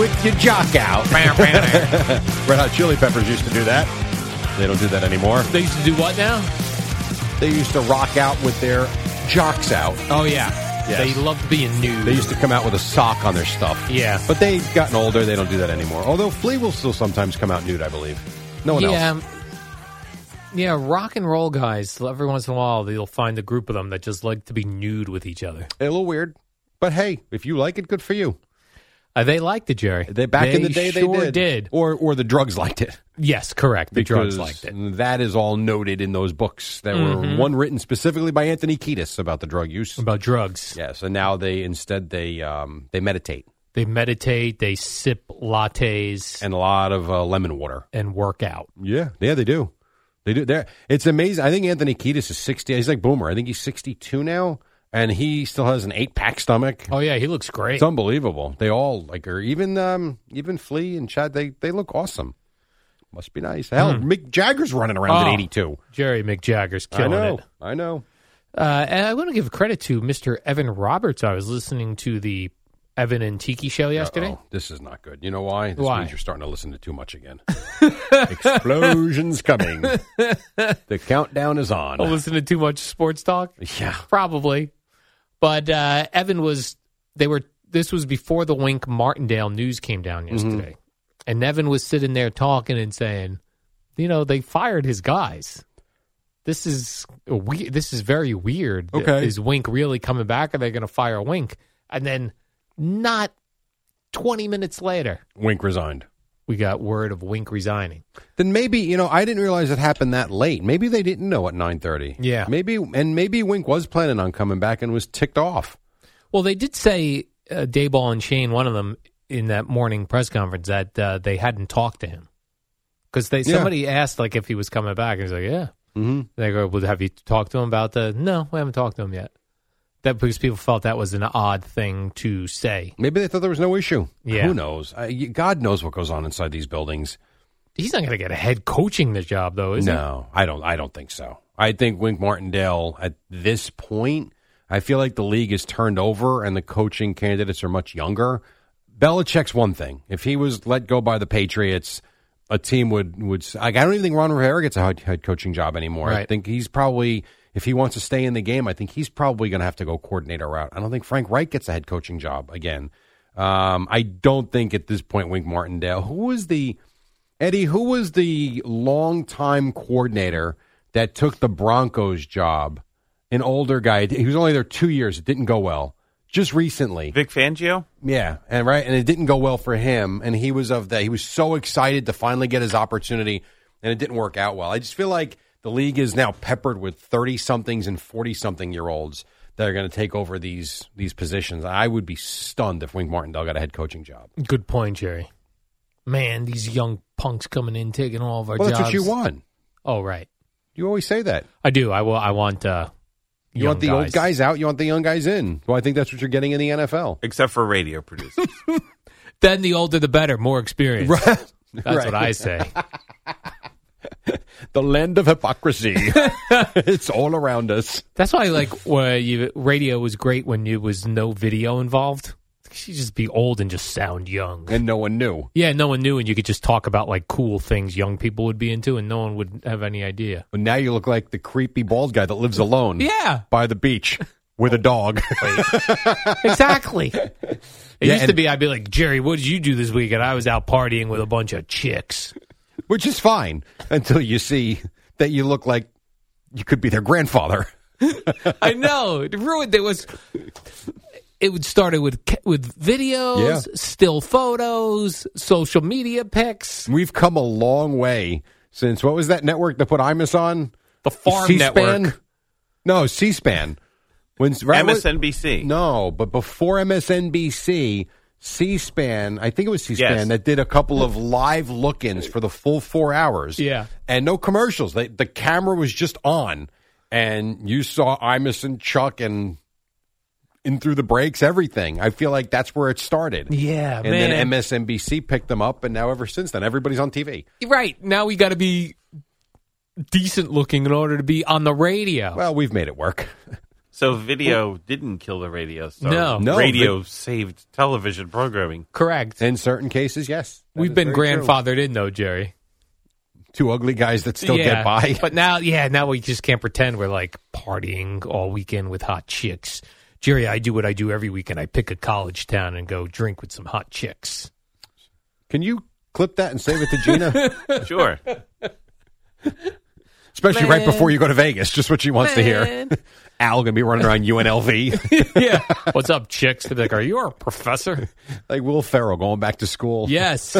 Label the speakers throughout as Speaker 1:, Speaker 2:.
Speaker 1: with your jock out. Red Hot Chili Peppers used to do that. They don't do that anymore.
Speaker 2: They used to do what now?
Speaker 1: They used to rock out with their jocks out.
Speaker 2: Oh yeah,
Speaker 1: Yes.
Speaker 2: they loved being nude.
Speaker 1: They used to come out with a sock on their stuff.
Speaker 2: Yeah.
Speaker 1: but they've gotten older. They don't do that anymore. Although Flea will still sometimes come out nude, I believe. No one
Speaker 2: yeah,
Speaker 1: else.
Speaker 2: um, yeah, rock and roll guys. Every once in a while, they'll find a group of them that just like to be nude with each other.
Speaker 1: A little weird, but hey, if you like it, good for you.
Speaker 2: Uh, they liked it, Jerry.
Speaker 1: They back in the day
Speaker 2: sure
Speaker 1: they did. or or the drugs liked it.
Speaker 2: Yes, correct. The drugs liked
Speaker 1: because
Speaker 2: it.
Speaker 1: That is all noted in those books. There were one written specifically by Anthony Kiedis about the drug use.
Speaker 2: About drugs,
Speaker 1: yes, and now they instead they um, they meditate
Speaker 2: they meditate, they sip lattes, and,
Speaker 1: and a lot of uh, lemon water.
Speaker 2: work out.
Speaker 1: Yeah, yeah, they do. They do. They're, it's amazing. I think Anthony Kiedis is sixty. He's like Boomer. I think he's sixty-two now, and he still has an eight-pack stomach.
Speaker 2: Oh yeah, he looks great.
Speaker 1: It's unbelievable. They all like are even um, even Flea and Chad. They they look awesome. Must be nice. Hell, Mick Jagger's running around
Speaker 2: Oh.
Speaker 1: at eighty-two.
Speaker 2: Jerry McJagger's
Speaker 1: I
Speaker 2: killing
Speaker 1: know.
Speaker 2: it.
Speaker 1: I know.
Speaker 2: Uh, and I want to give credit to Mr. Evan Roberts. I was listening to the Evan and Tiki show yesterday.
Speaker 1: Uh-oh. This is not good. You know why? This
Speaker 2: Why?
Speaker 1: means you're starting to listen to too much again. Explosions coming. the countdown is on.
Speaker 2: I listen to too much sports talk.
Speaker 1: yeah.
Speaker 2: Probably. But uh, Evan was, they were, this was before the Wink Martindale news came down yesterday. And Evan was sitting there talking and saying, you know, they fired his guys. This is a we- this is very weird.
Speaker 1: Okay.
Speaker 2: Is Wink really coming back? Are they going to fire Wink? And then not 20 minutes later,
Speaker 1: Wink resigned.
Speaker 2: we got word of Wink resigning.
Speaker 1: Then maybe, you know, I didn't realize it happened that late. Maybe they didn't know at 9:30.
Speaker 2: Yeah.
Speaker 1: Maybe and maybe Wink was planning on coming back and was ticked off.
Speaker 2: Well, they did say uh, Dayball and Shane, one of them, in that morning press conference, that uh, they hadn't talked to him because they
Speaker 1: Yeah.
Speaker 2: somebody asked like if he was coming back, and he's like, "Yeah."
Speaker 1: Mhm.
Speaker 2: They go, "Well, have you talked to him about the?" No, we haven't talked to him yet. That because people felt that was an odd thing to say.
Speaker 1: Maybe they thought there was no issue.
Speaker 2: Yeah.
Speaker 1: Who knows? I, you- God knows what goes on inside these buildings.
Speaker 2: He's not going to get a head coaching the job though, is he?
Speaker 1: no, I don't. I don't think so. I think Wink Martindale at this point. I feel like the league is turned over and the coaching candidates are much younger. Belichick's one thing. If he was let go by the Patriots, a team would would. s- Like, I don't even think Ron Rivera gets a head, head coaching job anymore. I
Speaker 2: Right.
Speaker 1: think he's probably if he wants to stay in the game, I think he's probably going to have to go coordinator route. I don't think Frank Reich gets a head coaching job again. Um, I don't think at this point Wink Martindale, who was the Eddie, who was the longtime coordinator that took the Broncos job? An older guy. He was only there two years. It didn't go well. Just recently.
Speaker 3: Vic Fangio?
Speaker 1: Yeah, and right, and it didn't go well for him, and he was of that. He was so excited to finally get his opportunity, and it didn't work out well. I just feel like the league is now peppered with thirty somethings and forty something year olds that are going to take over these these positions. I would be stunned if Wink Martindale got a head coaching job.
Speaker 2: Good point, Jerry. Man, these young punks coming in taking all of our
Speaker 1: well,
Speaker 2: jobs.
Speaker 1: that's what you want.
Speaker 2: Oh, right.
Speaker 1: You always say that.
Speaker 2: I do. I will. I want. Uh,
Speaker 1: You
Speaker 2: young
Speaker 1: want the
Speaker 2: guys.
Speaker 1: old guys out. You want the young guys in. Well, I think that's what you're getting in the NFL.
Speaker 3: Except for radio producers.
Speaker 2: Then the older the better, more experience.
Speaker 1: Right.
Speaker 2: That's what I say.
Speaker 1: The land of hypocrisy. it's all around us.
Speaker 2: That's why, like, where you, radio was great when you was no video involved. You just be old and just sound young.
Speaker 1: And no one knew.
Speaker 2: yeah, no one knew, and you could just talk about like cool things young people would be into, and no one would have any idea.
Speaker 1: But now you look like the creepy bald guy that lives alone
Speaker 2: Yeah,
Speaker 1: by the beach with a dog.
Speaker 2: exactly. It
Speaker 1: Yeah,
Speaker 2: used
Speaker 1: and-
Speaker 2: to be I'd be like, Jerry, what did you do this weekend? I was out partying with a bunch of chicks.
Speaker 1: Which is fine until you see that you look like you could be their grandfather.
Speaker 2: I know it ruined. It was. It would started with ca- with videos,
Speaker 1: Yeah.
Speaker 2: still photos, social media pics,
Speaker 1: We've come a long way since what was that network that put Imus on?
Speaker 2: the farm
Speaker 1: C-SPAN?
Speaker 2: network.
Speaker 1: No, C SPAN. When right, when-
Speaker 3: MSNBC.
Speaker 1: No, but before MSNBC, C SPAN, I think it was C SPAN,
Speaker 3: Yes.
Speaker 1: that did a couple of live look ins for the full four hours.
Speaker 2: Yeah.
Speaker 1: And no commercials. They, the camera was just on. And you saw Imus and Chuck and in through the breaks, everything. I feel like that's where it started.
Speaker 2: Yeah,
Speaker 1: And
Speaker 2: man.
Speaker 1: then MSNBC picked them up, and now ever since then, everybody's on TV.
Speaker 2: Right now, we got to be decent looking in order to be on the radio.
Speaker 1: Well, we've made it work.
Speaker 3: So video didn't kill the radio. So
Speaker 2: No.
Speaker 1: No,
Speaker 3: radio saved television programming.
Speaker 2: Correct.
Speaker 1: In certain cases, yes. That
Speaker 2: We've
Speaker 1: is
Speaker 2: been
Speaker 1: very true.
Speaker 2: grandfathered in though, Jerry.
Speaker 1: Two ugly guys that still
Speaker 2: yeah,
Speaker 1: get by.
Speaker 2: But now, yeah, now we just can't pretend we're like partying all weekend with hot chicks. Jerry, I do what I do every weekend. I pick a college town and go drink with some hot chicks.
Speaker 1: Can you clip that and save it to Gina?
Speaker 3: Sure.
Speaker 1: Especially right before you go to Vegas, just what she wants to hear. Al gonna be running around UNLV
Speaker 2: yeah. What's up, chicks? They're like, are you a professor?
Speaker 1: like Will Ferrell going back to school.
Speaker 2: yes.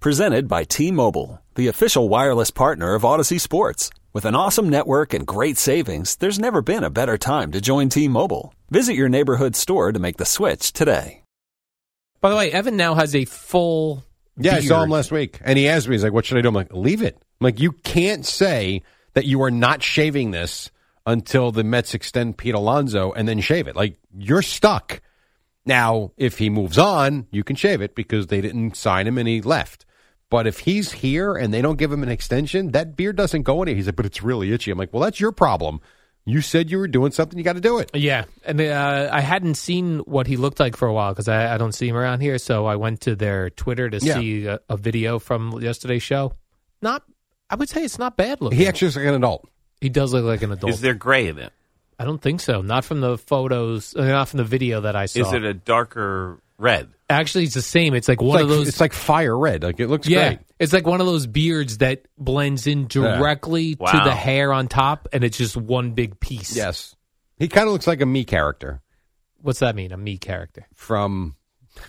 Speaker 4: Presented by T Mobile, the official wireless partner of Odyssey Sports. With an awesome network and great savings, there's never been a better time to join T Mobile. Visit your neighborhood store to make the switch today.
Speaker 2: By the way, Evan now has a full.
Speaker 1: yeah. I saw him
Speaker 2: beard.
Speaker 1: last week, and he asked me, he's like, "What should I do?" I'm like, "Leave it." I'm like, you can't say that you are not shaving this until the Mets extend Pete Alonso and then shave it. Like you're stuck. Now, if he moves on, you can shave it because they didn't sign him and he left. But if he's here and they don't give him an extension, that beard doesn't go anywhere. He's like, but it's really itchy. I'm like, well, that's your problem. You said you were doing something. You got to do it.
Speaker 2: Yeah, and uh, I hadn't seen what he looked like for a while because I, I don't see him around here. So I went to their Twitter to
Speaker 1: Yeah.
Speaker 2: see a, a video from yesterday's show. Not, I would say it's not bad looking.
Speaker 1: He actually looks like an adult.
Speaker 2: He does look like an adult.
Speaker 3: Is there gray in it?
Speaker 2: I don't think so. Not from the photos. Uh, not from the video that I saw.
Speaker 3: Is it a darker red?
Speaker 2: Actually, it's the same. It's like
Speaker 1: It's
Speaker 2: one
Speaker 1: like,
Speaker 2: of those.
Speaker 1: It's like fire red. Like it looks
Speaker 2: yeah,
Speaker 1: great.
Speaker 2: it's like one of those beards that blends in
Speaker 1: Yeah.
Speaker 2: directly
Speaker 3: Wow.
Speaker 2: to the hair on top, and it's just one big piece.
Speaker 1: Yes, he kind of looks like a me character
Speaker 2: What's that mean? A me character.
Speaker 1: from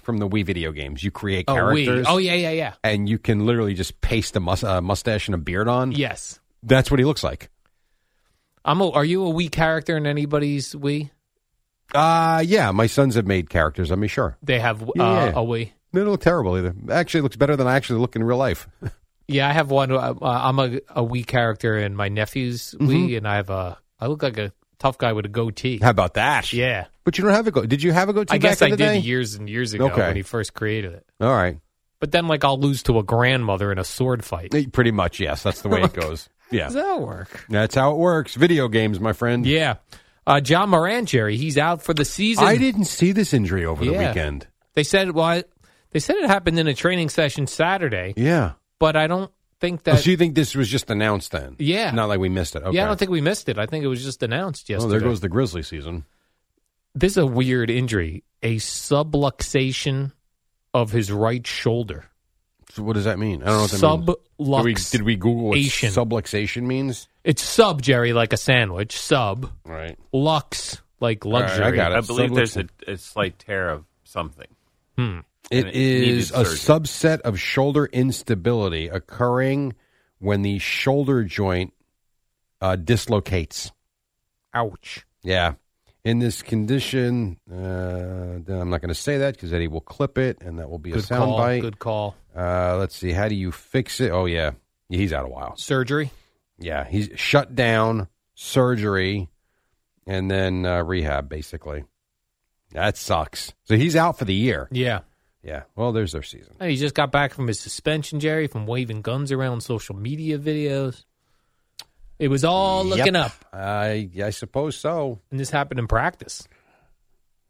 Speaker 1: from the Wii video games. You create
Speaker 2: Oh, we.
Speaker 1: characters.
Speaker 2: Oh, yeah, yeah, yeah.
Speaker 1: And you can literally just paste a mus- uh, mustache and a beard on.
Speaker 2: Yes.
Speaker 1: That's what he looks like.
Speaker 2: I'm a, are you a we character in anybody's we?
Speaker 1: Uh yeah, my sons have made characters. I mean, sure.
Speaker 2: They have uh,
Speaker 1: Yeah.
Speaker 2: a we.
Speaker 1: They don't look terrible either. Actually, it looks better than I actually look in real life.
Speaker 2: Yeah, I have one. Uh, I'm a, a we character in my nephew's we, and I have a. I look like a tough guy with a goatee.
Speaker 1: Mm-hmm. How about that?
Speaker 2: Yeah,
Speaker 1: But you don't have a go. Did you have a goatee?
Speaker 2: I guess
Speaker 1: back
Speaker 2: I
Speaker 1: in
Speaker 2: did
Speaker 1: the day?
Speaker 2: years and years ago
Speaker 1: Okay.
Speaker 2: when he first created it.
Speaker 1: All right.
Speaker 2: But then, like, I'll lose to a grandmother in a sword fight.
Speaker 1: Eh, Pretty much, yes. That's the way it goes. Yeah.
Speaker 2: Does that work?
Speaker 1: That's how it works. Video games, my friend.
Speaker 2: Yeah, uh, John Moran, Jerry, he's out for the season.
Speaker 1: I didn't see this injury over the
Speaker 2: Yeah.
Speaker 1: weekend.
Speaker 2: They said well, I, they said it happened in a training session Saturday,
Speaker 1: Yeah.
Speaker 2: but I don't think
Speaker 1: Oh,
Speaker 2: that.
Speaker 1: so you think this was just announced then?
Speaker 2: Uh, Yeah.
Speaker 1: Not like we missed it. Okay.
Speaker 2: Yeah, I don't think we missed it. I think it was just announced
Speaker 1: Oh,
Speaker 2: yesterday.
Speaker 1: there goes the Grizzly season.
Speaker 2: this is a weird injury a subluxation of his right shoulder
Speaker 1: So what does that mean? I don't know what that means.
Speaker 2: Sublux-
Speaker 1: Did we, did we Google what
Speaker 2: ation.
Speaker 1: subluxation means?
Speaker 2: It's sub, Jerry, like a sandwich. Sub.
Speaker 1: Right.
Speaker 2: Lux, like
Speaker 1: All right, I
Speaker 2: luxury.
Speaker 1: got it.
Speaker 3: I believe there's a,
Speaker 1: Subluxation.
Speaker 3: a slight tear of something.
Speaker 2: Hmm.
Speaker 1: It
Speaker 3: it needed
Speaker 1: is a
Speaker 3: surgery.
Speaker 1: subset of shoulder instability occurring when the shoulder joint uh, dislocates.
Speaker 2: Ouch.
Speaker 1: Yeah. In this condition, uh, then I'm not going to say that because Eddie will clip it and that will be a
Speaker 2: Good call.
Speaker 1: soundbite.
Speaker 2: Good call.
Speaker 1: Uh, let's see. How do you fix it? Oh, yeah. Yeah, He's out a while.
Speaker 2: Surgery.
Speaker 1: Yeah. He's shut down, surgery, and then uh, rehab, basically. That sucks. So he's out for the year.
Speaker 2: Yeah.
Speaker 1: Yeah. Well, there's their season.
Speaker 2: Hey, he just got back from his suspension, Jerry, from waving guns around social media videos. It was all looking
Speaker 1: Yep.
Speaker 2: up,
Speaker 1: I I suppose so.
Speaker 2: and this happened in practice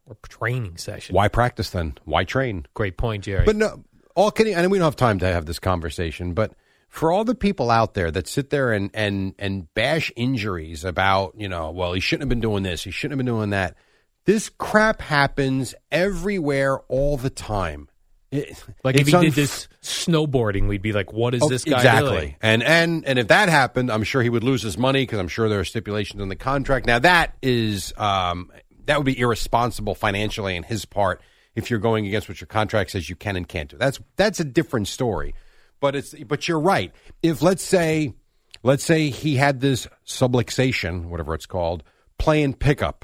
Speaker 2: or training session.
Speaker 1: Why practice then? Why train?
Speaker 2: Great point, Jerry.
Speaker 1: But no, all kidding. And we don't have time to have this conversation. But for all the people out there that sit there and and and bash injuries about, you know, well, he shouldn't have been doing this. He shouldn't have been doing that. This crap happens everywhere all the time. It-
Speaker 2: like if
Speaker 1: it's
Speaker 2: he did
Speaker 1: unf-
Speaker 2: this snowboarding, we'd be like, "What is
Speaker 1: Oh,
Speaker 2: this guy
Speaker 1: exactly.
Speaker 2: doing?"
Speaker 1: And and and if that happened, I'm sure he would lose his money because I'm sure there are stipulations in the contract. Now that is um, that would be irresponsible financially on his part if you're going against what your contract says you can and can't do. That's that's a different story. But it's but you're right. If let's say let's say he had this subluxation, whatever it's called, playing pickup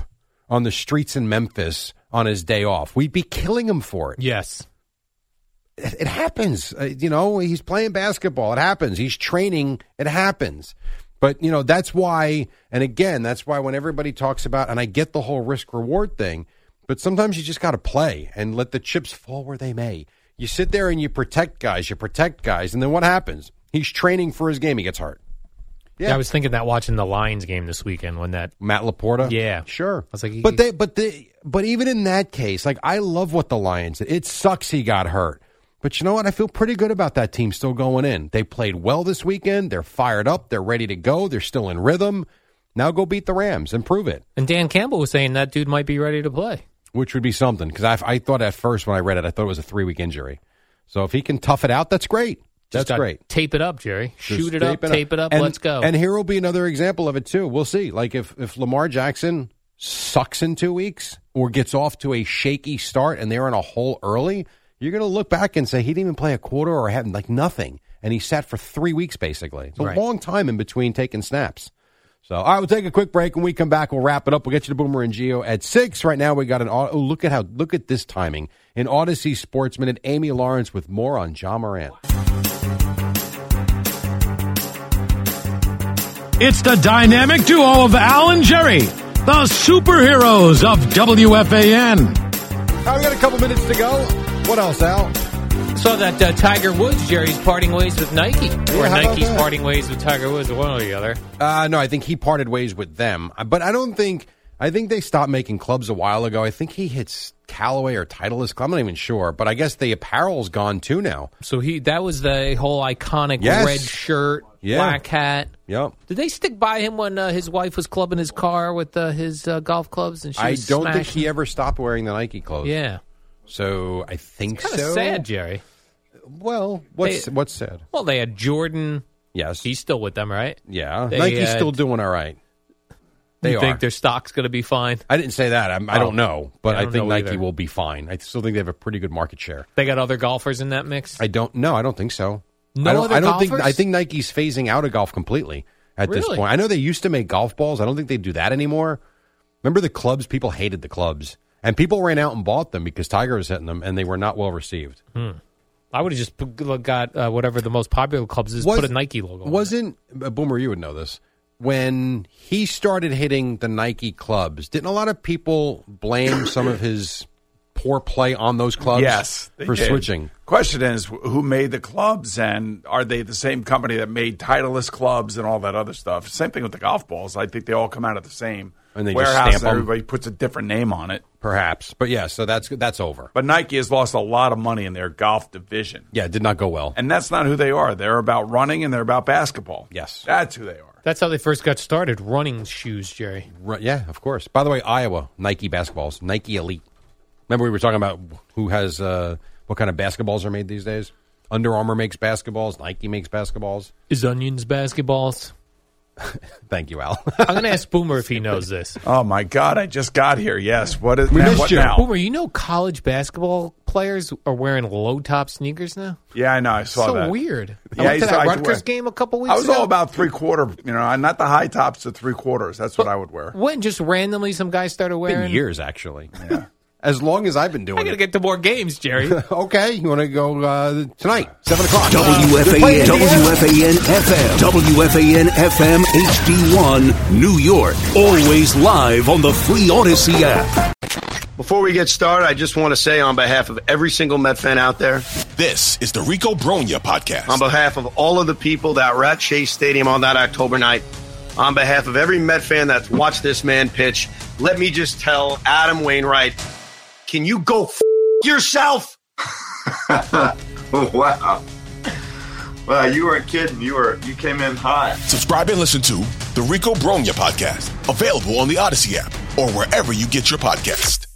Speaker 1: on the streets in Memphis on his day off, we'd be killing him for it
Speaker 2: Yes,
Speaker 1: it it happens. Uh, you know, he's playing basketball. It happens. He's training. It happens. But, you know, that's why, and again, that's why when everybody talks about, and I get the whole risk reward thing, but sometimes you just got to play and let the chips fall where they may. You sit there and you protect guys, you protect guys, and then what happens? He's training for his game. He gets hurt. Yeah.
Speaker 2: yeah. I was thinking that watching the Lions game this weekend when that
Speaker 1: Matt Laporta.
Speaker 2: Yeah.
Speaker 1: sure.
Speaker 2: I was like,
Speaker 1: but
Speaker 2: he-
Speaker 1: they, but they, but even in that case, like I love what the Lions. It sucks he got hurt, but you know what? I feel pretty good about that team still going in. They played well this weekend. They're fired up. They're ready to go. They're still in rhythm. Now go beat the Rams and prove it,
Speaker 2: and Dan Campbell was saying that dude might be ready to play.
Speaker 1: which would be something. Because I, I thought at first when I read it, I thought it was a three week injury. So if he can tough it out, that's great.
Speaker 2: Just
Speaker 1: That's
Speaker 2: gotta
Speaker 1: great.
Speaker 2: Tape it up, Jerry.
Speaker 1: Just
Speaker 2: Shoot it up, tape it up.
Speaker 1: And-
Speaker 2: let's go.
Speaker 1: And here will be another example of it too. We'll see. Like if if Lamar Jackson sucks in two weeks or gets off to a shaky start and they're in a hole early, you're going to look back and say he didn't even play a quarter or had like nothing, and he sat for three weeks basically. It's a
Speaker 2: Right.
Speaker 1: long time in between taking snaps. So, all right, we'll take a quick break. When we come back, we'll wrap it up. We'll get you to Boomer and Geo at six. Right now, we got an au- oh, look at how look at this timing. An Odyssey Sportsman and Amy Lawrence with more on John Moran.
Speaker 5: It's the dynamic duo of Al and Jerry, the superheroes of WFAN.
Speaker 1: All right, we got a couple minutes to go. What else, Al?
Speaker 2: Saw that uh, Tiger Woods, Jerry's parting ways with Nike, or
Speaker 1: how about
Speaker 2: Nike's
Speaker 1: that?
Speaker 2: parting ways with Tiger Woods, one or the other.
Speaker 1: Uh, no, I think he parted ways with them, Uh, but I don't think I think they stopped making clubs a while ago. I think he hits Callaway or Titleist. Club. I'm not even sure, but I guess the apparel's gone too now.
Speaker 2: So he that was the whole iconic
Speaker 1: Yes.
Speaker 2: red shirt,
Speaker 1: Yeah.
Speaker 2: black hat.
Speaker 1: Yep.
Speaker 2: Did they stick by him when uh, his wife was clubbing his car with uh, his uh, golf clubs and she
Speaker 1: I
Speaker 2: was
Speaker 1: don't
Speaker 2: smashing?
Speaker 1: think he ever stopped wearing the Nike clothes.
Speaker 2: Yeah,
Speaker 1: So I think
Speaker 2: kind of
Speaker 1: so.
Speaker 2: sad, Jerry.
Speaker 1: Well, what's
Speaker 2: They-
Speaker 1: what's sad?
Speaker 2: Well, they had Jordan.
Speaker 1: Yes.
Speaker 2: He's still with them, right?
Speaker 1: yeah.
Speaker 2: they,
Speaker 1: Nike's
Speaker 2: uh,
Speaker 1: still doing all right. They
Speaker 2: you
Speaker 1: are.
Speaker 2: think their stock's going to be fine?
Speaker 1: I didn't say that. I'm, I don't
Speaker 2: Oh.
Speaker 1: know, but
Speaker 2: I
Speaker 1: I,
Speaker 2: don't
Speaker 1: think
Speaker 2: know
Speaker 1: Nike
Speaker 2: either.
Speaker 1: will be fine. I still think they have a pretty good market share.
Speaker 2: They got other golfers in that mix.
Speaker 1: I don't know. I don't think so.
Speaker 2: No
Speaker 1: I don't,
Speaker 2: other
Speaker 1: I don't think.
Speaker 2: golfers?
Speaker 1: I think Nike's phasing out of golf completely at this
Speaker 2: Really?
Speaker 1: point. I know they used to make golf balls. I don't think they do that anymore. Remember the clubs? People hated the clubs, and people ran out and bought them because Tiger was hitting them, and they were not well received.
Speaker 2: I would have just p- got uh, whatever the most popular clubs is,
Speaker 1: Was-
Speaker 2: put a Nike logo. on it.
Speaker 1: Wasn't uh, Boomer? You would know this. When he started hitting the Nike clubs, didn't a lot of people blame some of his poor play on those clubs?
Speaker 6: Yes, they
Speaker 1: for
Speaker 6: did.
Speaker 1: switching.
Speaker 6: Question is, wh- who made the clubs, and are they the same company that made Titleist clubs and all that other stuff? Same thing with the golf balls. I think they all come out of the same
Speaker 1: And they just
Speaker 6: warehouse,
Speaker 1: stamp
Speaker 6: and
Speaker 1: 'em.
Speaker 6: everybody puts a different name on it.
Speaker 1: Perhaps, but yeah. So that's that's over.
Speaker 6: But Nike has lost a lot of money in their golf division,
Speaker 1: Yeah, it did not go well.
Speaker 6: and that's not who they are. They're about running and they're about basketball.
Speaker 1: Yes.
Speaker 6: that's who they are.
Speaker 2: That's how they first got started, running shoes, Jerry.
Speaker 1: Right, yeah, of course. By the way, Iowa Nike basketballs, Nike Elite. Remember we were talking about who has uh, what kind of basketballs are made these days?
Speaker 7: Under Armour makes basketballs. Nike makes basketballs.
Speaker 2: Is Onions basketballs?
Speaker 7: Thank you, Al.
Speaker 2: I'm going to ask Boomer if he knows this.
Speaker 8: Oh my God! I just got here. Yes. What is?
Speaker 2: We
Speaker 8: now, what now?
Speaker 2: Boomer, you know college basketball players are wearing low top sneakers now?
Speaker 8: Yeah, I know. I saw
Speaker 2: so
Speaker 8: that.
Speaker 2: weird.
Speaker 8: Yeah,
Speaker 2: I went to
Speaker 8: I used
Speaker 2: that
Speaker 8: to
Speaker 2: Rutgers
Speaker 8: wear-
Speaker 2: game a couple weeks
Speaker 8: I was
Speaker 2: ago.
Speaker 8: all about three quarter. You know, not the high tops, the three quarters. That's what I would wear.
Speaker 2: when just randomly some guy started
Speaker 7: Been
Speaker 2: wearing
Speaker 7: years actually. as long as I've been doing
Speaker 2: I got to
Speaker 7: it.
Speaker 2: get to more games, Jerry.
Speaker 7: okay, you want to go uh, tonight, seven o'clock.
Speaker 6: WFAN, WFAN FM, WFAN FM HD1, New York. Always live on the free Odyssey app.
Speaker 1: Before we get started, I just want to say on behalf of every single Met fan out there,
Speaker 9: This is the Rico Bronya podcast.
Speaker 1: on behalf of all of the people that were at Chase Stadium on that October night, on behalf of every Met fan that's watched this man pitch, let me just tell Adam Wainwright, can you go f- yourself?
Speaker 10: wow. Wow, you weren't kidding. You were you came in hot.
Speaker 9: Subscribe and listen to the Rico Bronya podcast, available on the Odyssey app or wherever you get your podcast.